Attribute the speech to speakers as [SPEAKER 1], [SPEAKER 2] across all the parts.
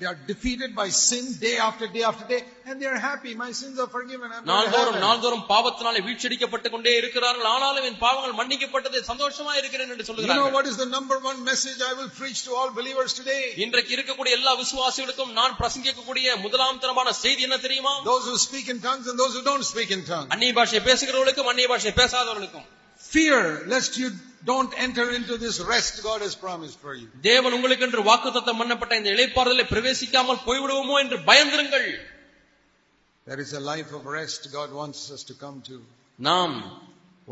[SPEAKER 1] They are defeated by sin day after day after day, and they are happy. My sins are forgiven. I'm going to
[SPEAKER 2] நாள்தோறும்
[SPEAKER 1] heaven."
[SPEAKER 2] நாள்தோறும் பாவத்தினாலே வீழ்ச்சடிக்கப்பட்டுக் கொண்டே இருக்கிறார்கள் ஆனாலும் என் பாவங்கள் மன்னிக்கப்பட்டது சந்தோஷமா இருக்கிறேன் என்று
[SPEAKER 1] You know
[SPEAKER 2] சொல்கிறார்கள்
[SPEAKER 1] what is the number one message I will preach to all believers today?
[SPEAKER 2] இன்றைக்கு இருக்கக்கூடிய எல்லா விசுவாசிகளுக்கும் நான் பிரசங்கிக்கக்கூடிய முதலாம் தரமான செய்தி என்ன தெரியுமா
[SPEAKER 1] Those who speak in tongues and those who don't speak in tongues.
[SPEAKER 2] அந்நிய பாஷை பேசுகிறவர்களுக்கும் அந்நிய பாஷை பேசாதவர்களுக்கும்
[SPEAKER 1] Fear lest you don't enter into this rest God has promised for you.
[SPEAKER 2] தேவன் உங்களுக்கு என்று வாக்குத்தத்தம் பண்ணப்பட்ட இந்த இளைப்பாறுதலை பிரவேசிக்காமல் போய்விடுவோமோ என்று பயந்திருங்கள்
[SPEAKER 1] There is a life of rest God wants us to come to.
[SPEAKER 2] நாம்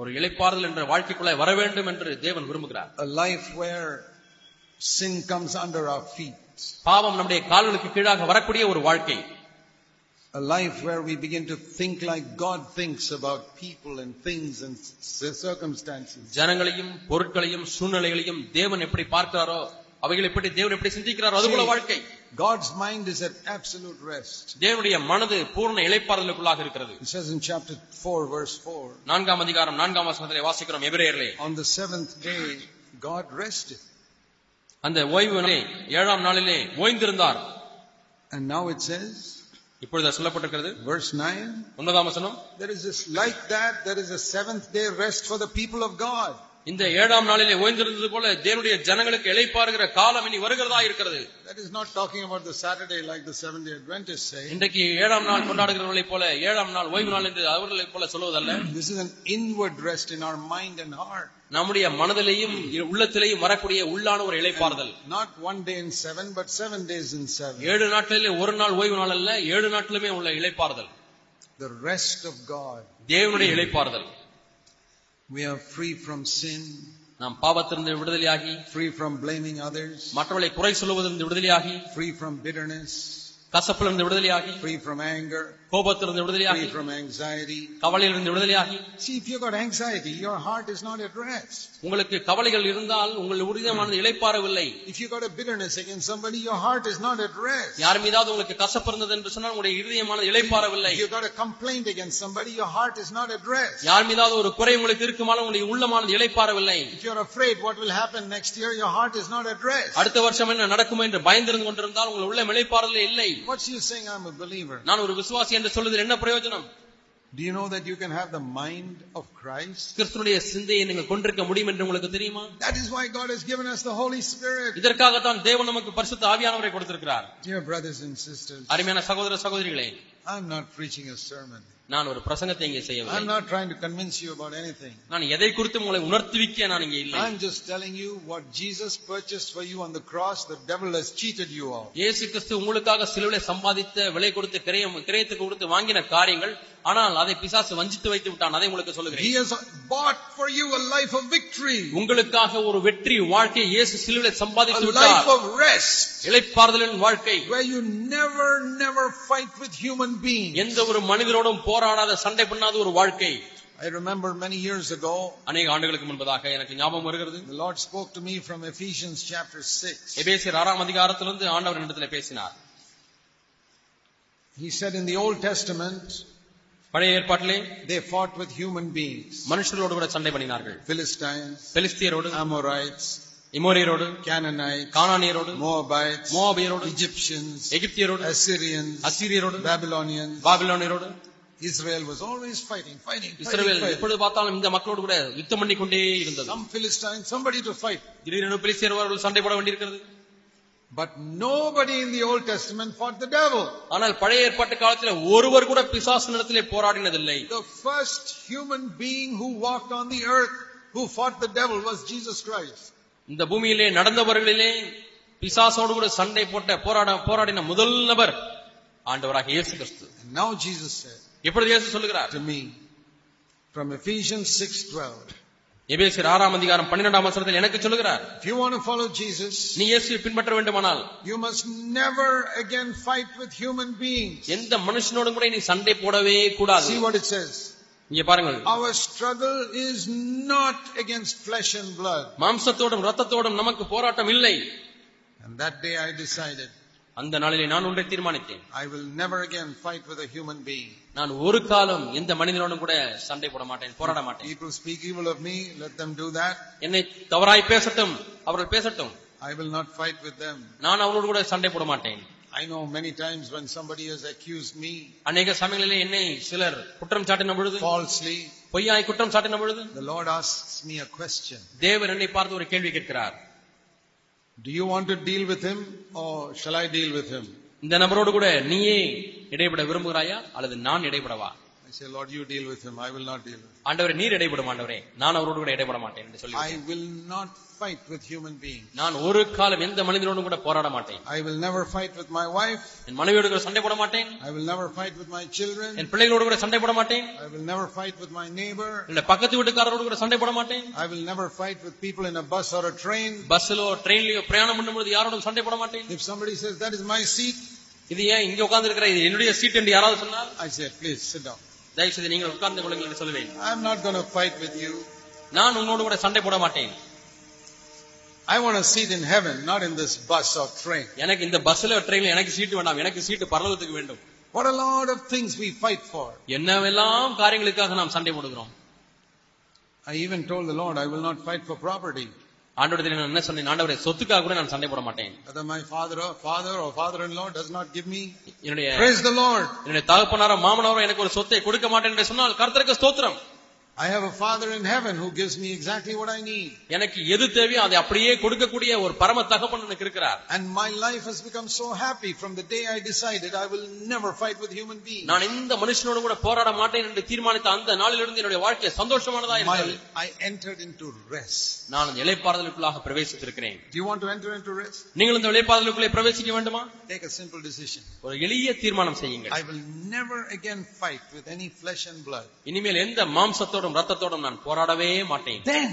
[SPEAKER 2] ஒரு இளைப்பாறுதல் என்ற வாழ்க்கைக்குள்ளே வர வேண்டும் என்று தேவன் விரும்புகிறார்
[SPEAKER 1] A life where sin comes under our feet.
[SPEAKER 2] பாவம் நம்முடைய கால்களுக்கு கீழாக வரக்கூடிய ஒரு வாழ்க்கை
[SPEAKER 1] A life where we begin to think like God thinks about people and things and c- circumstances.
[SPEAKER 2] ஜனங்களையும் பொருட்களையும் சூழ்நிலைகளையும் தேவன் எப்படி பார்க்கிறாரோ அவைகளை பற்றி தேவன் எப்படி சிந்திக்கிறாரோ அதுபோல
[SPEAKER 1] See,
[SPEAKER 2] வாழ்க்கை
[SPEAKER 1] God's mind is at absolute rest.
[SPEAKER 2] தேவனுடைய மனது பூர்ண இளைப்பாறுதலுக்குள்ளாக இருக்கிறது
[SPEAKER 1] It says in chapter 4 verse 4.
[SPEAKER 2] நான்காம் அதிகாரம் நான்காம் வசனத்திலே வாசிக்கிறோம் எபிரேயர்களே
[SPEAKER 1] On the seventh day, God rested.
[SPEAKER 2] அந்த ஓய்வு நாளிலே, ஏழாம் நாளிலே ஓய்ந்திருந்தார்
[SPEAKER 1] And now it says,
[SPEAKER 2] இப்பொழுது அது சொல்லப்பட்டிருக்கிறது
[SPEAKER 1] verse 9,
[SPEAKER 2] ஒன்பதாம் வசனம்
[SPEAKER 1] there is this, like that, there is a seventh day rest for the people of God.
[SPEAKER 2] இந்த ஏழாம் நாளிலே ஓய்ந்திருந்தது போல தேவனுடைய ஜனங்களுக்கு இளைப்பாறுகிற காலம் இனி வருகிறதா இருக்கிறது
[SPEAKER 1] That is not talking about the Saturday like the seventh day Adventists say.
[SPEAKER 2] இன்றைக்கு ஏழாம் நாள் கொண்டாடுகிறவர்களைப் போல ஏழாம் நாள் ஓய்வு நாள் என்று அவர்களைப் போல சொல்வதல்ல
[SPEAKER 1] This is an inward rest in our mind and heart.
[SPEAKER 2] நம்முடைய மனதிலேயும் உள்ளத்திலேயும் வரக்கூடிய உள்ளான ஒரு இளைப்பாறுதல்
[SPEAKER 1] Not one day in seven, but seven days in seven.
[SPEAKER 2] ஏழு நாட்களிலே ஒரு நாள் ஓய்வு நாள் அல்ல ஏழு நாட்களுமே உள்ள இளைப்பாறுதல்
[SPEAKER 1] The rest of God.
[SPEAKER 2] தேவனுடைய இளைப்பாறுதல்
[SPEAKER 1] We are free from sin,
[SPEAKER 2] நாம் பாவத்திலிருந்து விடுதலையாகி
[SPEAKER 1] free from blaming others,
[SPEAKER 2] மற்றவர்களை குறை சொல்லுவதிலிருந்து விடுதலையாகி
[SPEAKER 1] free from bitterness,
[SPEAKER 2] கசப்பிலிருந்து விடுதலையாகி
[SPEAKER 1] free from anger,
[SPEAKER 2] கோபத்திலிருந்து
[SPEAKER 1] frருந்து
[SPEAKER 2] விடுதலையாகி
[SPEAKER 1] from anxiety.
[SPEAKER 2] கவலையிலிருந்து விடுதலையாகி
[SPEAKER 1] See, if you've got anxiety, your heart is not at rest.
[SPEAKER 2] உங்களுக்கு கவலைகள் இருந்தால் உங்கள் உறுதியமானது இளைப்பாறவில்லை
[SPEAKER 1] If you've got a bitterness against somebody, your heart is not at rest.
[SPEAKER 2] யார் மீதாவது உங்களுக்கு கசப்பு இருந்தது என்று சொன்னால் உங்களுடைய இருதயமானது இளைப்பாறவில்லை
[SPEAKER 1] If you've got a complaint against somebody, your heart is not at rest.
[SPEAKER 2] யார் மீதாவது ஒரு குறை உங்களுக்கு இருக்குமானால் உங்களுடைய உள்ளமானது இளைப்பாறவில்லை
[SPEAKER 1] If you're afraid what will happen next year, your heart is not at rest.
[SPEAKER 2] அடுத்த வருஷம் என்ன நடக்குமோ என்று பயந்திருந்து கொண்டிருந்தால் உங்கள் உள்ள இளைப்பாறுதலே இல்லை
[SPEAKER 1] What's you saying I'm a believer?
[SPEAKER 2] நான் ஒரு விசுவாசி என்று சொல்வதில் என்ன பிரயோஜனம்
[SPEAKER 1] Do you know that you can have the mind of Christ?
[SPEAKER 2] கிறிஸ்துனுடைய சிந்தையை நீங்கள் கொண்டிருக்க முடியும் என்று உங்களுக்கு தெரியுமா
[SPEAKER 1] That is why God has given us the Holy Spirit.
[SPEAKER 2] இதற்காகத்தான் தேவன் நமக்கு பரிசுத்த ஆவியானவரை கொடுத்திருக்கிறார்
[SPEAKER 1] Dear brothers and sisters,
[SPEAKER 2] அருமையான சகோதர சகோதரிகளே
[SPEAKER 1] I'm not preaching a sermon.
[SPEAKER 2] நான் ஒரு பிரசங்கத்தை இங்கே
[SPEAKER 1] I'm
[SPEAKER 2] செய்யவில்லை
[SPEAKER 1] not trying to convince you about anything.
[SPEAKER 2] நான் எதை குறித்து உங்களை உணர்த்துவிக்க நான் இங்கே இல்லை
[SPEAKER 1] I'm just telling you what Jesus purchased for you on the cross, the devil has cheated you of.
[SPEAKER 2] இயேசு கிறிஸ்து உங்களுக்காக சிலுவிலை சம்பாதித்த விலை கொடுத்து கிரயம் கிரயத்துக்கு கொடுத்து வாங்கின காரியங்கள் ஆனால் அதை பிசாசு வஞ்சித்து வைத்து விட்டான் அதை உங்களுக்கு சொல்லுகிறேன்
[SPEAKER 1] He has bought for you a life of victory,
[SPEAKER 2] உங்களுக்காக ஒரு வெற்றி வாழ்க்கையை இயேசு சிலுவிலை
[SPEAKER 1] a
[SPEAKER 2] சம்பாதித்து
[SPEAKER 1] life
[SPEAKER 2] விட்டார்
[SPEAKER 1] of rest,
[SPEAKER 2] இளைப்பாறுதலின் வாழ்க்கை
[SPEAKER 1] where you never, never fight with human beings.
[SPEAKER 2] எந்த ஒரு மனிதரோடும் போராடாத சண்டை பண்ணாத ஒரு வாழ்க்கை
[SPEAKER 1] I remember many years ago,
[SPEAKER 2] அநேக ஆண்டுகளுக்கு முன்பதாக எனக்கு ஞாபகம் வருகிறது
[SPEAKER 1] the Lord spoke to me from Ephesians chapter 6.
[SPEAKER 2] எபேசியர் ஆறாம் அதிகாரத்திலிருந்து ஆண்டவர் இடத்துல பேசினார்
[SPEAKER 1] He said, In the Old Testament,
[SPEAKER 2] பழைய ஏற்பாட்டிலே
[SPEAKER 1] they fought with human beings
[SPEAKER 2] மனுஷர்களோடு கூட சண்டை பண்ணினார்கள்
[SPEAKER 1] Philistines,
[SPEAKER 2] பெலிஸ்தியரோடு
[SPEAKER 1] Amorites,
[SPEAKER 2] இமோரியரோடு
[SPEAKER 1] Canaanites,
[SPEAKER 2] கானானியரோடு
[SPEAKER 1] Moabites,
[SPEAKER 2] மோவாபியரோடு
[SPEAKER 1] Egyptians,
[SPEAKER 2] எகிப்தியரோடு
[SPEAKER 1] Assyrians,
[SPEAKER 2] அசீரியரோடு
[SPEAKER 1] Babylonians.
[SPEAKER 2] பாபிலோனியரோடு
[SPEAKER 1] Israel was always fighting, fighting, fighting,
[SPEAKER 2] Israel
[SPEAKER 1] fighting.
[SPEAKER 2] எப்பொழுது பார்த்தாலும் இந்த மக்களோடு கூட யுத்தம் பண்ணி கொண்டே இருந்தது
[SPEAKER 1] Some Philistines, somebody to fight.
[SPEAKER 2] திடீரென பெலிஸ்தியர்கள் சண்டை போட வேண்டியிருக்கிறது
[SPEAKER 1] But nobody in the Old Testament fought the devil.
[SPEAKER 2] ஆனால் பழைய ஏற்பாட்டு காலத்துல ஒருவர் கூட பிசாசு நிலத்திலே போராடினதில்லை
[SPEAKER 1] The first human being who walked on the earth who fought the devil was Jesus Christ.
[SPEAKER 2] இந்த பூமியிலே நடந்தவர்களிலே பிசாசோடு கூட சண்டை போட்ட போராட போராடின முதல் நபர் ஆண்டவராக இயேசு கிறிஸ்து
[SPEAKER 1] And now Jesus said
[SPEAKER 2] இப்பொழுது இயேசு சொல்லுகிறார்
[SPEAKER 1] to me from Ephesians 6:12,
[SPEAKER 2] எபேசியர் ஆறாம் அதிகாரம் பன்னிரெண்டாம் வசனத்தில் எனக்கு சொல்லுகிறார்
[SPEAKER 1] if you want to follow Jesus,
[SPEAKER 2] நீ இயேசுவை பின்பற்ற வேண்டுமானால்
[SPEAKER 1] you must never again fight with human beings.
[SPEAKER 2] எந்த மனுஷனோடும் கூட நீ சண்டை போடவே கூடாது
[SPEAKER 1] See what it says.
[SPEAKER 2] இங்க பாருங்கள்
[SPEAKER 1] Our struggle is not against flesh and blood.
[SPEAKER 2] மாம்சத்தோடும் ரத்தத்தோடும் நமக்கு போராட்டம் இல்லை
[SPEAKER 1] And that day I decided
[SPEAKER 2] அந்த நாளிலே நான் ஒன்றை தீர்மானித்தேன்
[SPEAKER 1] I will never again fight with a human being.
[SPEAKER 2] நான் ஒரு காலம் எந்த மனிதனோடும் கூட சண்டை போட மாட்டேன் போராட மாட்டேன்
[SPEAKER 1] People speak evil of me, let them do that.
[SPEAKER 2] என்னை தவறாய் பேசட்டும் அவர்கள் பேசட்டும்
[SPEAKER 1] I will not fight with them.
[SPEAKER 2] நான் அவர்களோடு கூட சண்டை போட மாட்டேன்
[SPEAKER 1] I know many times when somebody has accused me
[SPEAKER 2] அநேக சமயங்களிலே என்னை சிலர் குற்றம் சாட்டின பொழுது
[SPEAKER 1] falsely,
[SPEAKER 2] பொய்யாய் குற்றம் சாட்டின பொழுது
[SPEAKER 1] the Lord asks me a question.
[SPEAKER 2] தேவர் என்னை பார்த்து ஒரு கேள்வி கேட்கிறார்
[SPEAKER 1] Do you want to deal with him or shall I deal with him?
[SPEAKER 2] இந்த நபரோடு கூட நீயே இடைபட விரும்புகிறாயா அல்லது நான் இடைபடவா
[SPEAKER 1] I say, Lord, you deal with him. I will not deal with him.
[SPEAKER 2] ஆண்டவரே நீர் இடைபடும் ஆண்டவரே நான் அவரோடு கூட இடைபட மாட்டேன் என்று சொல்லி
[SPEAKER 1] I will not fight with human beings.
[SPEAKER 2] நான் ஒரு காலம் எந்த மனிதனோடும் கூட போராட மாட்டேன்
[SPEAKER 1] I will never fight with my wife.
[SPEAKER 2] என் மனைவியோடு கூட சண்டை போட மாட்டேன்
[SPEAKER 1] I will never fight with my children.
[SPEAKER 2] என் பிள்ளைகளோடு கூட சண்டை போட மாட்டேன்
[SPEAKER 1] I will never fight with my neighbor.
[SPEAKER 2] என்னோட பக்கத்து வீட்டுக்காரரோடு கூட சண்டை போட மாட்டேன்
[SPEAKER 1] I will never fight with people in a bus or a train.
[SPEAKER 2] பஸ்லோ ட்ரெயின்லயோ பிரயாணம் பண்ணும்போது யாரோடும் சண்டை போட மாட்டேன்
[SPEAKER 1] If somebody says, that is my seat,
[SPEAKER 2] இது ஏன் இங்க உட்கார்ந்து இருக்கிற இது என்னுடைய சீட் என்று யாராவது சொன்னால்
[SPEAKER 1] I say, please sit down.
[SPEAKER 2] தயவு செய்து நீங்கள் உட்கார்ந்து கொள்ளுங்கள் என்று சொல்லுவேன்
[SPEAKER 1] I'm not going to fight with you.
[SPEAKER 2] நான் உங்களோடு கூட சண்டை போட மாட்டேன்
[SPEAKER 1] I want a seat in heaven, not in this bus or train.
[SPEAKER 2] எனக்கு இந்த பஸ்ல ட்ரெயின்ல எனக்கு சீட்டு வேண்டாம் எனக்கு சீட்டு பரலோகத்துக்கு வேண்டும்
[SPEAKER 1] What a lot of things we fight for.
[SPEAKER 2] என்னவெல்லாம் காரியங்களுக்காக நாம் சண்டை போடுகிறோம்
[SPEAKER 1] I even told the Lord, I will not fight for property.
[SPEAKER 2] ஆண்டவரத்தில் நான் என்ன சொன்னேன் ஆண்டவரே சொத்துக்காக கூட நான் சண்டை போட மாட்டேன்
[SPEAKER 1] Whether my father or father or father-in-law does not give me.
[SPEAKER 2] என்னுடைய
[SPEAKER 1] Praise the Lord.
[SPEAKER 2] என்னுடைய தகப்பனாரோ மாமனாரோ எனக்கு ஒரு சொத்தை கொடுக்க மாட்டேன் என்று சொன்னால் கர்த்தருக்கு ஸ்தோத்திரம்
[SPEAKER 1] I have a father in heaven who gives me exactly what I need.
[SPEAKER 2] எனக்கு எது தேவையோ அதை அப்படியே கொடுக்கக்கூடிய ஒரு பரம தகப்பன் எனக்கு இருக்கிறார்
[SPEAKER 1] And my life has become so happy from the day I decided I will never fight with human beings.
[SPEAKER 2] நான் இந்த மனுஷனோடு கூட போராட மாட்டேன் என்று தீர்மானித்த அந்த நாளிலிருந்து என்னுடைய வாழ்க்கை சந்தோஷமானதா
[SPEAKER 1] My,
[SPEAKER 2] இருக்கிறது
[SPEAKER 1] I entered into rest.
[SPEAKER 2] நான் இலைப்பாறுதலுக்குள்ளாக பிரவேசித்திருக்கிறேன்
[SPEAKER 1] Do you want to enter into rest?
[SPEAKER 2] நீங்கள் இந்த இலைப்பாறுதலுக்குள்ளே பிரவேசிக்க வேண்டுமா
[SPEAKER 1] Take a simple decision.
[SPEAKER 2] ஒரு எளிய தீர்மானம் செய்யுங்கள்
[SPEAKER 1] I will never again fight with any flesh and blood.
[SPEAKER 2] இனிமேல் எந்த மாம்சத்தோடும் ரத்தத்தோடும் நான் போராடவே மாட்டேன்
[SPEAKER 1] Then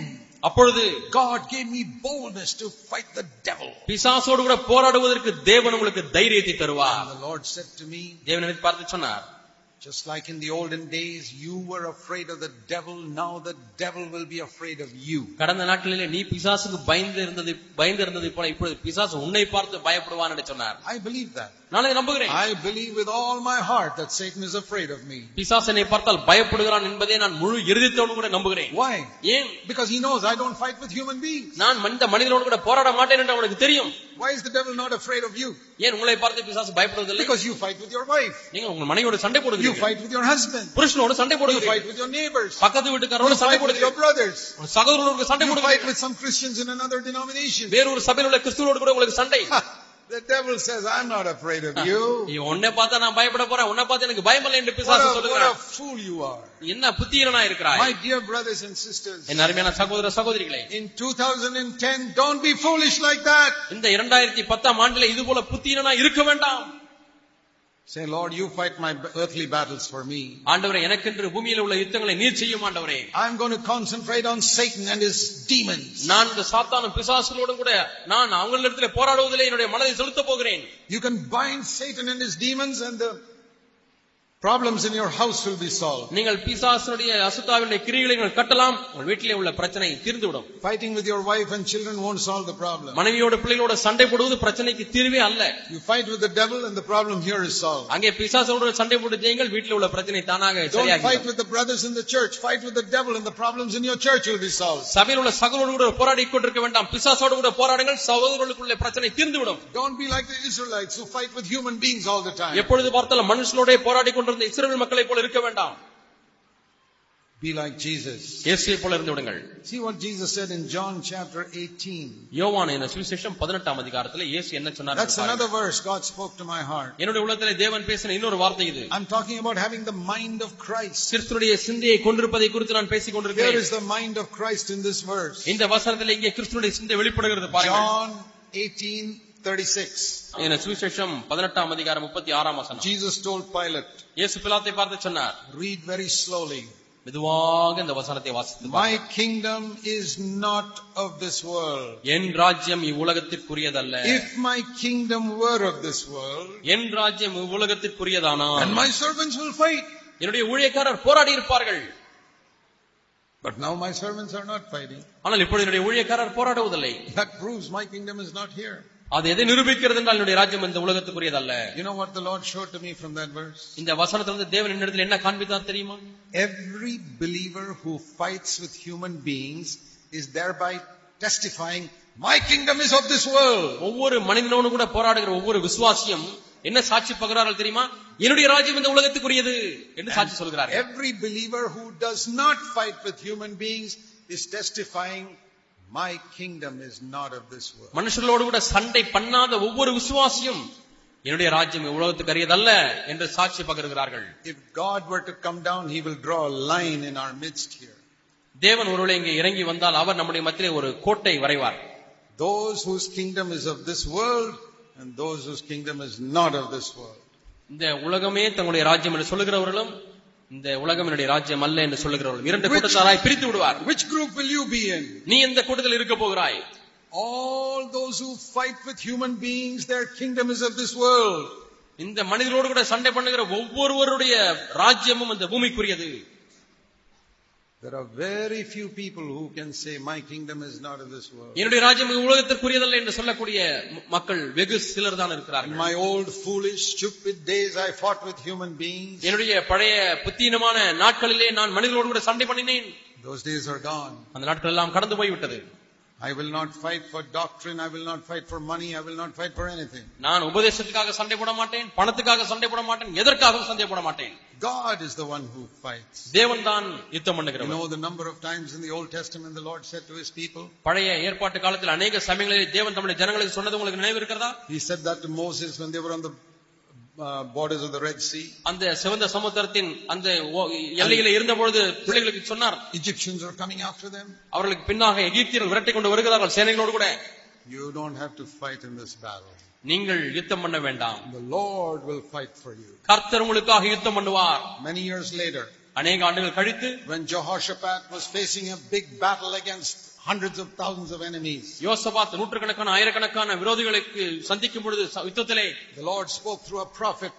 [SPEAKER 2] அப்பொழுது
[SPEAKER 1] God gave me boldness to fight the devil.
[SPEAKER 2] பிசாசோடு கூட போராடுவதற்கு தேவன் உங்களுக்கு தைரியத்தை தருவார்
[SPEAKER 1] And the Lord said to me,
[SPEAKER 2] தேவன் என்னை பார்த்து சொன்னார்
[SPEAKER 1] just like in the olden days, you were afraid of the devil, now the devil will be afraid of you.
[SPEAKER 2] கடந்த நாட்களிலே நீ பிசாசுக்கு பயந்து இருந்தது பயந்து இருந்தது போல இப்பொழுது பிசாசு உன்னை பார்த்து பயப்படுவான் என்று சொன்னார்
[SPEAKER 1] I believe that.
[SPEAKER 2] நான் இதை நம்புகிறேன்
[SPEAKER 1] I believe with all my heart that Satan is afraid of me.
[SPEAKER 2] பிசாசு என்னை பார்த்தால் பயப்படுகிறான் என்பதை நான் முழு இறுதித்தோடு கூட நம்புகிறேன்
[SPEAKER 1] Why?
[SPEAKER 2] ஏன்
[SPEAKER 1] Because he knows I don't fight with human beings.
[SPEAKER 2] நான் மனித மனிதனோடு கூட போராட மாட்டேன் என்று அவனுக்கு தெரியும்
[SPEAKER 1] Why is the devil not afraid of you?
[SPEAKER 2] ஏன் உங்களை பார்த்து பிசாசு பயப்படுவதில்லை
[SPEAKER 1] Because you fight with your wife.
[SPEAKER 2] நீங்க உங்க மனைவியோட சண்டை
[SPEAKER 1] You
[SPEAKER 2] போடுவீங்க
[SPEAKER 1] fight with your husband.
[SPEAKER 2] புருஷனோடு சண்டை
[SPEAKER 1] You fight
[SPEAKER 2] போடுவீங்க
[SPEAKER 1] with your neighbors.
[SPEAKER 2] பக்கத்து
[SPEAKER 1] You
[SPEAKER 2] வீட்டுக்காரோட சண்டை
[SPEAKER 1] fight with your
[SPEAKER 2] போடுவீங்க
[SPEAKER 1] brothers.
[SPEAKER 2] உங்க சகோதரர்களுக்கு சண்டை
[SPEAKER 1] You fight
[SPEAKER 2] போடுவீங்க
[SPEAKER 1] with some Christians in another denomination.
[SPEAKER 2] வேறொரு சபையில் உள்ள கிறிஸ்துவோடு கூட உங்களுக்கு சண்டை
[SPEAKER 1] Ha! The devil says, I'm not afraid
[SPEAKER 2] Ah,
[SPEAKER 1] of you.
[SPEAKER 2] நீ உன்னை பார்த்தா நான் பயப்பட போறேன் உன்னை பார்த்து எனக்கு பயம் இல்லை என்று
[SPEAKER 1] What
[SPEAKER 2] பிசாசு
[SPEAKER 1] a, what a
[SPEAKER 2] சொல்லுகிறான்
[SPEAKER 1] fool you are.
[SPEAKER 2] நீ என்ன புத்தியலனா இருக்கிறாய்
[SPEAKER 1] My dear brothers and sisters,
[SPEAKER 2] என் அருமையான சகோதர சகோதரிகளே
[SPEAKER 1] in 2010, don't be foolish like that.
[SPEAKER 2] இந்த இரண்டாயிரத்தி பத்தாம் ஆண்டுல இது போல புத்தியலனா இருக்க வேண்டாம்
[SPEAKER 1] Say, Lord, you fight my b- earthly battles for me.
[SPEAKER 2] ஆண்டவரே எனக்கென்று பூமியில உள்ள யுத்தங்களை நீர் செய்யும் ஆண்டவரே
[SPEAKER 1] I'm going to concentrate on Satan and his demons.
[SPEAKER 2] நான் இந்த சாத்தானும் பிசாசுகளோடும் கூட நான் அவங்களிடத்துல போராடுவதிலே என்னுடைய மனதை செலுத்த போகிறேன்
[SPEAKER 1] You can bind Satan and his demons and the problems in your house will be solved.
[SPEAKER 2] நீங்கள் பிசாசனுடைய அசுத்தாவினுடைய கிரிகளை நீங்கள் கட்டலாம் உங்கள் வீட்டிலே உள்ள பிரச்சனை தீர்ந்துவிடும்
[SPEAKER 1] Fighting with your wife and children won't solve the problem.
[SPEAKER 2] மனைவியோட பிள்ளைகளோட சண்டை போடுவது பிரச்சனைக்கு தீர்வே அல்ல
[SPEAKER 1] You fight with the devil and the problem here is solved.
[SPEAKER 2] அங்கே பிசாசோட சண்டை போட்டு ஜெயுங்கள் வீட்டில் உள்ள பிரச்சனை தானாக
[SPEAKER 1] Don't
[SPEAKER 2] சரியாகி
[SPEAKER 1] fight with the brothers in the church. Fight with the devil and the problems in your church will be solved.
[SPEAKER 2] சபையில் உள்ள சகலோடு கூட போராடி கொண்டிருக்க வேண்டாம் பிசாசோடு கூட போராடுங்கள் சகோதரர்களுக்குள்ள பிரச்சனை தீர்ந்துவிடும்
[SPEAKER 1] Don't be like the Israelites who fight with human beings all the time.
[SPEAKER 2] எப்பொழுது பார்த்தாலும் மனுஷனோடே போராடி கொண்டிருந்த இஸ்ரவேல் மக்களை போல இருக்க வேண்டாம்
[SPEAKER 1] Be like Jesus.
[SPEAKER 2] இயேசுவை போல இருந்து விடுங்கள்
[SPEAKER 1] See what Jesus said in John chapter 18.
[SPEAKER 2] யோவான் என்ற சுவிசேஷம் பதினெட்டாம் அதிகாரத்தில் இயேசு என்ன சொன்னார் என்று
[SPEAKER 1] That's another
[SPEAKER 2] பாருங்கள்.
[SPEAKER 1] verse God spoke to my heart.
[SPEAKER 2] என்னுடைய உள்ளத்திலே தேவன் பேசின இன்னொரு வார்த்தை இது
[SPEAKER 1] I'm talking about having the mind of Christ.
[SPEAKER 2] கிறிஸ்துடைய சிந்தையை கொண்டிருப்பதை குறித்து நான் பேசிக்
[SPEAKER 1] Here
[SPEAKER 2] கொண்டிருக்கிறேன்
[SPEAKER 1] is the mind of Christ in this verse.
[SPEAKER 2] இந்த வசனத்தில் இங்கே கிறிஸ்துடைய சிந்தை வெளிப்படுகிறது பாருங்கள்
[SPEAKER 1] John 18:36.
[SPEAKER 2] என சுவிசேஷம் பதினெட்டாம் அதிகாரம் முப்பத்தி ஆறாம் வசனம்
[SPEAKER 1] Jesus told Pilate,
[SPEAKER 2] இயேசு பிலாத்தை பார்த்து சொன்னார்
[SPEAKER 1] read very slowly.
[SPEAKER 2] மெதுவாக இந்த வசனத்தை வாசித்து பாருங்கள்.
[SPEAKER 1] My kingdom is not of this world.
[SPEAKER 2] என் ராஜ்யம் இவ்வுலகத்திற்குரியதல்ல
[SPEAKER 1] If my kingdom were of this world,
[SPEAKER 2] என் ராஜ்யம் இவ்வுலகத்திற்குரியதானால்
[SPEAKER 1] and my servants will fight.
[SPEAKER 2] என்னுடைய ஊழியக்காரர் போராடி இருப்பார்கள்
[SPEAKER 1] But now my servants are not fighting.
[SPEAKER 2] ஆனால் இப்பொழுது என்னுடைய ஊழியக்காரர் போராடுவதில்லை
[SPEAKER 1] That proves my kingdom is not here.
[SPEAKER 2] அது எதை நிரூபிக்கிறது என்றால் என்னுடைய ராஜ்யம் இந்த உலகத்துக்குரியதல்ல
[SPEAKER 1] You know what the Lord showed to me from that verse?
[SPEAKER 2] இந்த வசனத்திலிருந்து தேவன் என்னிடத்தில் என்ன காண்பித்தார் தெரியுமா
[SPEAKER 1] Every believer who fights with human beings is thereby testifying, my kingdom is of this world.
[SPEAKER 2] ஒவ்வொரு மனிதனோடு கூட போராடுகிற ஒவ்வொரு விசுவாசியும் என்ன சாட்சி பகிறார்கள் தெரியுமா என்னுடைய ராஜ்யம் இந்த உலகத்துக்குரியது என்று சாட்சி சொல்கிறார்கள்
[SPEAKER 1] Every believer who does not fight with human beings is testifying, my kingdom is not of this world.
[SPEAKER 2] மனுஷர்களோடு கூட சண்டை பண்ணாத ஒவ்வொரு விசுவாசியும் என்னுடைய ராஜ்யம் உலகத்துக்கு அறியதல்ல என்று சாட்சி பகருகிறார்கள்
[SPEAKER 1] If God were to come down, he will draw a line in our midst here.
[SPEAKER 2] தேவன் ஒருவேளை இங்கே இறங்கி வந்தால் அவர் நம்முடைய மத்தியிலே ஒரு கோட்டை வரைவார்
[SPEAKER 1] Those whose kingdom is of this world and those whose kingdom is not of this world.
[SPEAKER 2] இந்த உலகமே தங்களுடைய ராஜ்யம் என்று சொல்லுகிறவர்களும் இந்த உலகம் என்னுடைய ராஜ்யம் அல்ல என்று சொல்லுகிறவர்களும் இரண்டு கூட்டத்தாராய் பிரித்து விடுவார்
[SPEAKER 1] Which group will you be in?
[SPEAKER 2] நீ எந்த கூட்டத்தில் இருக்க போகிறாய்
[SPEAKER 1] All those who fight with human beings, their kingdom is of this world.
[SPEAKER 2] இந்த மனிதரோடு கூட சண்டை பண்ணுகிற ஒவ்வொருவருடைய ராஜ்யமும் இந்த பூமிக்குரியது
[SPEAKER 1] There are very few people who can say, my kingdom is not of this world.
[SPEAKER 2] என்னுடைய ராஜ்யம் இந்த உலகத்திற்குரியதல்ல என்று சொல்லக்கூடிய ம- மக்கள் வெகு சிலர் தான்
[SPEAKER 1] In
[SPEAKER 2] இருக்கிறார்கள்
[SPEAKER 1] my old foolish, stupid days, I fought with human beings.
[SPEAKER 2] என்னுடைய பழைய புத்தீனமான நாட்களிலே நான் மனிதர்களோடு கூட சண்டை பண்ணினேன்
[SPEAKER 1] Those days are gone.
[SPEAKER 2] அந்த நாட்கள் எல்லாம் கடந்து போய்விட்டது
[SPEAKER 1] I will not fight for doctrine. I will not fight for money. I will not fight for anything.
[SPEAKER 2] நான் உபதேசத்துக்காக சண்டை போட மாட்டேன் பணத்துக்காக சண்டை போட மாட்டேன் எதற்காகவும் சண்டை போட மாட்டேன்
[SPEAKER 1] God is the one who fights.
[SPEAKER 2] தேவன் தான் யுத்தம்
[SPEAKER 1] You
[SPEAKER 2] பண்ணுகிறவன்
[SPEAKER 1] know the number of times in the Old Testament the Lord said to his people?
[SPEAKER 2] பழைய ஏற்பாட்டு காலத்தில் அநேக சமயங்களிலே தேவன் தம்முடைய ஜனங்களுக்கு சொன்னது உங்களுக்கு நினைவு இருக்கிறதா
[SPEAKER 1] He said that to Moses when they were on the uh, borders of the Red Sea.
[SPEAKER 2] அந்த சிவந்த சமுத்திரத்தின் அந்த ஓ- எல்லையில இருந்தபொழுது பிள்ளைகளுக்கு சொன்னார்
[SPEAKER 1] Egyptians are coming after them.
[SPEAKER 2] அவர்களுக்கு பின்னாக எகிப்தியர்கள் விரட்டி கொண்டு வருகிறார்கள் சேனைகளோடு கூட
[SPEAKER 1] You don't have to fight in this battle.
[SPEAKER 2] நீங்கள் யுத்தம் பண்ண வேண்டாம்
[SPEAKER 1] The Lord will fight for you.
[SPEAKER 2] கர்த்தர் உங்களுக்காக யுத்தம் பண்ணுவார்
[SPEAKER 1] Many years later,
[SPEAKER 2] அநேக ஆண்டுகள் கழித்து
[SPEAKER 1] when Jehoshaphat was facing a big battle against hundreds of thousands of enemies,
[SPEAKER 2] யோசபாத் நூற்றுக்கணக்கான ஆயிரக்கணக்கான விரோதிகளுக்கு சந்திக்கும் பொழுது ச- யுத்தத்திலே
[SPEAKER 1] the Lord spoke through a prophet.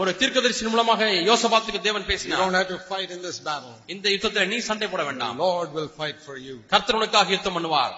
[SPEAKER 2] ஒரு தீர்க்கதரிசி மூலமாக யோசபாத்துக்கு தேவன்
[SPEAKER 1] You don't
[SPEAKER 2] பேசினார்
[SPEAKER 1] have to fight in this battle.
[SPEAKER 2] இந்த யுத்தத்திலே நீ சண்டை போட
[SPEAKER 1] The
[SPEAKER 2] வேண்டாம்
[SPEAKER 1] Lord will fight for you.
[SPEAKER 2] கர்த்தர் உனக்காக யுத்தம் பண்ணுவார்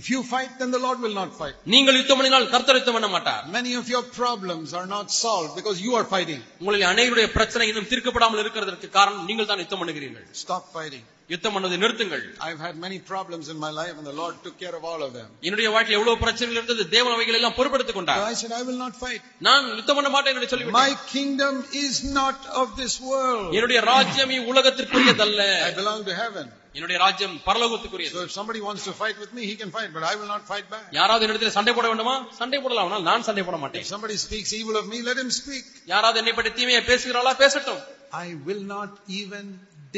[SPEAKER 1] If you fight, then the Lord will not fight.
[SPEAKER 2] நீங்கள் யுத்தம் பண்ணினால் கர்த்தர் யுத்தம் பண்ண மாட்டார்
[SPEAKER 1] Many of your problems are not solved because you are fighting.
[SPEAKER 2] உங்களில் அனைவருடைய பிரச்சனை இன்னும் தீர்க்கப்படாமல் இருக்கிறதற்கு காரணம் நீங்கள் தான் யுத்தம் பண்ணுகிறீர்கள்
[SPEAKER 1] Stop fighting.
[SPEAKER 2] யுத்தம் பண்ணுவதை நிறுத்துங்கள்
[SPEAKER 1] I've had many problems in my life and the Lord took care of all of them.
[SPEAKER 2] என்னுடைய வாழ்க்கையில் எவ்வளவு பிரச்சனைகள் இருந்தது தேவன் அவைகள் எல்லாம் பொறுப்பெடுத்துக்
[SPEAKER 1] So
[SPEAKER 2] கொண்டார்
[SPEAKER 1] I said, I will not fight.
[SPEAKER 2] நான் யுத்தம் பண்ண மாட்டேன் என்று சொல்லிவிட்டேன்
[SPEAKER 1] My kingdom is not of this world.
[SPEAKER 2] என்னுடைய ராஜ்யம் உலகத்திற்குரியதல்ல
[SPEAKER 1] I belong to heaven.
[SPEAKER 2] என்னுடைய ராஜ்யம் பரலோகத்துக்குரியது
[SPEAKER 1] So if somebody wants to fight with me, he can fight, but I will not fight back.
[SPEAKER 2] யாராவது என்னிடத்தில் சண்டை போட வேண்டுமா சண்டை போடலாம் ஆனால் நான் சண்டை போட
[SPEAKER 1] If
[SPEAKER 2] மாட்டேன்
[SPEAKER 1] somebody speaks evil of me, let him speak.
[SPEAKER 2] யாராவது என்னை பற்றி தீமையை பேசுகிறாளா பேசட்டும்
[SPEAKER 1] I will not even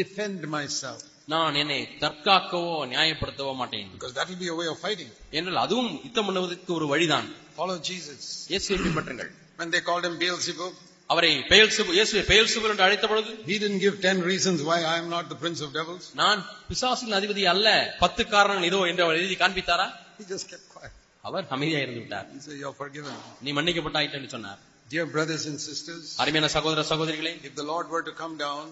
[SPEAKER 1] defend myself
[SPEAKER 2] நான் என்னை தற்காக்கவோ நியாயப்படுத்தவோ மாட்டேன்
[SPEAKER 1] because that will be a way of fighting.
[SPEAKER 2] என்றால் அதுவும் யுத்தம் பண்ணுவதற்கு ஒரு வழிதான்
[SPEAKER 1] Follow Jesus.
[SPEAKER 2] இயேசுவை பின்பற்றுங்கள்
[SPEAKER 1] When they called him Beelzebub,
[SPEAKER 2] அவரை பெயல்சுபு இயேசுவை பெயல்சுபு என்று அழைத்த பொழுது
[SPEAKER 1] he didn't give ten reasons why I am not the prince of devils.
[SPEAKER 2] நான் பிசாசின் அதிபதி அல்ல பத்து காரணங்கள் இதோ என்று அவர் எழுதி காண்பித்தாரா
[SPEAKER 1] He just kept quiet.
[SPEAKER 2] அவர் அமைதியா இருந்து விட்டார்
[SPEAKER 1] He said, You're forgiven.
[SPEAKER 2] நீ மன்னிக்கப்பட்டாயிட்டு என்று சொன்னார்
[SPEAKER 1] Dear brothers and sisters,
[SPEAKER 2] அருமையான சகோதர சகோதரிகளே
[SPEAKER 1] if the Lord were to come down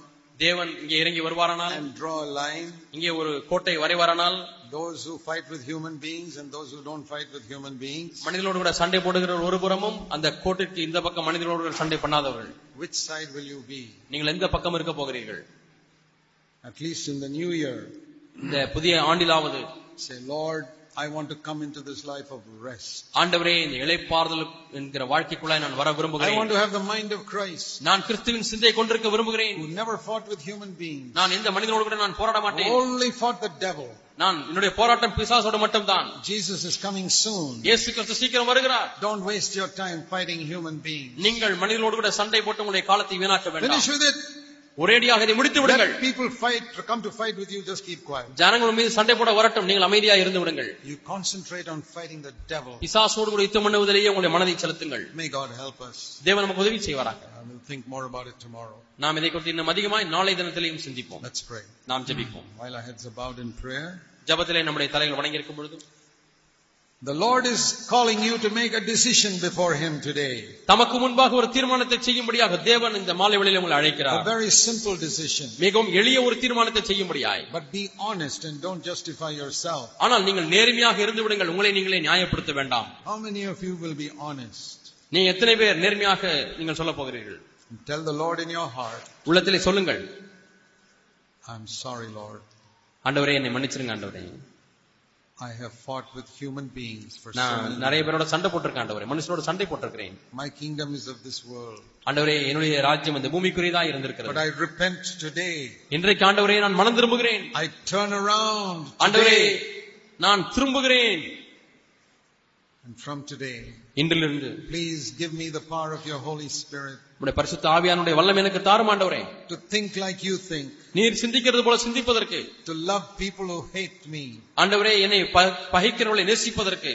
[SPEAKER 2] தேவன் இங்கே இறங்கி வருவாரானால்
[SPEAKER 1] and draw a line,
[SPEAKER 2] இங்கே ஒரு கோட்டை வரைவாரானால்
[SPEAKER 1] those who fight with human beings and those who don't fight with human beings,
[SPEAKER 2] மனிதர்களோடு கூட சண்டை போடுகிற ஒரு புறமும் அந்த கோட்டைக்கு இந்த பக்கம் மனிதர்களோடு கூட சண்டை பண்ணாதவர்கள்
[SPEAKER 1] which side will you be?
[SPEAKER 2] நீங்கள் எந்த பக்கம் இருக்க போகிறீர்கள்
[SPEAKER 1] At least in the new year,
[SPEAKER 2] இந்த புதிய ஆண்டிலாவது
[SPEAKER 1] say, Lord, I want to come into this life of rest.
[SPEAKER 2] ஆண்டவரே இந்த இளைப்பாறுதல் என்கிற வாழ்க்கைக்குள்ளாய் நான் வர
[SPEAKER 1] I want
[SPEAKER 2] விரும்புகிறேன்
[SPEAKER 1] to have the mind of Christ,
[SPEAKER 2] நான் கிறிஸ்துவின் சிந்தையை கொண்டிருக்க விரும்புகிறேன்
[SPEAKER 1] who never fought with human beings,
[SPEAKER 2] நான் எந்த மனிதனோடு கூட நான் போராட மாட்டேன்
[SPEAKER 1] only fought the devil.
[SPEAKER 2] நான் என்னுடைய போராட்டம் பிசாசோடு மட்டும்தான்
[SPEAKER 1] Jesus is coming soon.
[SPEAKER 2] இயேசு கிறிஸ்து சீக்கிரம் வருகிறார்
[SPEAKER 1] Don't waste your time fighting human beings.
[SPEAKER 2] நீங்கள் மனிதர்களோடு கூட சண்டை போட்டு உங்களுடைய காலத்தை வீணாக்க வேண்டாம்
[SPEAKER 1] Finish with it.
[SPEAKER 2] ஒரேடியாக இதை முடித்து விடுங்கள்
[SPEAKER 1] Let people fight, come to fight with you, just keep quiet.
[SPEAKER 2] ஜனங்கள் மீது சண்டை போட வரட்டும் நீங்கள் அமைதியா இருந்து விடுங்கள்
[SPEAKER 1] You concentrate on fighting the devil.
[SPEAKER 2] பிசாசோடு கூட யுத்தம் பண்ணுவதிலேயே உங்களுடைய மனதை செலுத்துங்கள்
[SPEAKER 1] May God help us.
[SPEAKER 2] தேவன் நமக்கு உதவி செய்வாராக
[SPEAKER 1] I will think more about it tomorrow.
[SPEAKER 2] நாம் இதை குறித்து இன்னும் அதிகமாய் நாளை தினத்திலையும் சிந்திப்போம்
[SPEAKER 1] Let's pray.
[SPEAKER 2] நாம் ஜெபிப்போம்
[SPEAKER 1] While our heads are bowed in prayer,
[SPEAKER 2] ஜெபத்திலே நம்முடைய தலைகள் வணங்கியிருக்கும் பொழுது
[SPEAKER 1] the Lord is calling you to make a decision before Him today.
[SPEAKER 2] தமக்கு முன்பாக ஒரு தீர்மானத்தை செய்யும்படியாக தேவன் இந்த மாலை வேளையிலே உங்களை
[SPEAKER 1] A
[SPEAKER 2] அழைக்கிறார்
[SPEAKER 1] very simple decision.
[SPEAKER 2] மிகவும் எளிய ஒரு தீர்மானத்தை செய்யும்படியாய்
[SPEAKER 1] But be honest and don't justify yourself.
[SPEAKER 2] ஆனால் நீங்கள் நேர்மையாக இருந்து விடுங்கள் உங்களை நீங்களே நியாயப்படுத்த வேண்டாம்
[SPEAKER 1] How many of you will be honest?
[SPEAKER 2] நீங்க எத்தனை பேர் நேர்மையாக நீங்கள் சொல்ல போகிறீர்கள்
[SPEAKER 1] And tell the Lord in your heart,
[SPEAKER 2] உள்ளத்திலே சொல்லுங்கள்
[SPEAKER 1] I'm sorry, Lord.
[SPEAKER 2] ஆண்டவரே என்னை மன்னிச்சிருங்க ஆண்டவரே
[SPEAKER 1] I have fought with human beings for so
[SPEAKER 2] நான்
[SPEAKER 1] many
[SPEAKER 2] நிறைய பேரோட சண்டை போட்டிருக்கேன் ஆண்டவரே மனுஷனோட சண்டை போட்டிருக்கிறேன்
[SPEAKER 1] My kingdom is of this world.
[SPEAKER 2] ஆண்டவரே என்னுடைய ராஜ்யம் இந்த பூமிக்குரியதா
[SPEAKER 1] But
[SPEAKER 2] இருந்திருக்கிறது
[SPEAKER 1] I repent today.
[SPEAKER 2] இன்றைக்கு ஆண்டவரே நான் மனம் திரும்புகிறேன்
[SPEAKER 1] I turn around
[SPEAKER 2] ஆண்டவரே
[SPEAKER 1] today.
[SPEAKER 2] நான் திரும்புகிறேன்
[SPEAKER 1] And from today,
[SPEAKER 2] இன்றிலிருந்து
[SPEAKER 1] please give me the power of your Holy Spirit
[SPEAKER 2] உடைய பரிசுத்த ஆவியானுடைய வல்லம் எனக்கு தாரும் ஆண்டவரே
[SPEAKER 1] to think like you think,
[SPEAKER 2] நீர் சிந்திக்கிறது போல சிந்திப்பதற்கு
[SPEAKER 1] to love people who hate me,
[SPEAKER 2] ஆண்டவரே என்னை ப- பகைக்கிறவர்களை நேசிப்பதற்கு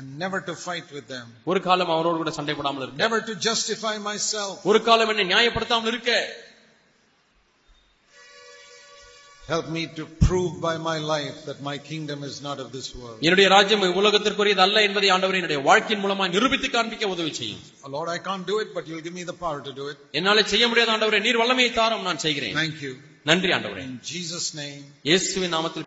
[SPEAKER 1] and never to fight with them,
[SPEAKER 2] ஒரு காலம் அவரோடு கூட சண்டை போடாமல் இருக்க
[SPEAKER 1] never to justify myself.
[SPEAKER 2] ஒரு காலம் என்னை நியாயப்படுத்தாமல் இருக்க
[SPEAKER 1] Help me to prove by my life that my kingdom is not of this world.
[SPEAKER 2] என்னுடைய ராஜ்யம் உலகத்திற்குரியது அல்ல என்பதை ஆண்டவரே என்னுடைய வாழ்க்கையின் மூலமா நிரூபித்து காண்பிக்க உதவி செய்யும்
[SPEAKER 1] Oh, Lord, I can't do it, but you'll give me the power to do it.
[SPEAKER 2] என்னால செய்ய முடியாத ஆண்டவரே நீர் வல்லமையை தாரும் நான் செய்கிறேன்
[SPEAKER 1] Thank you.
[SPEAKER 2] நன்றி ஆண்டவரே
[SPEAKER 1] In Jesus' name.
[SPEAKER 2] இயேசுவின் நாமத்தில்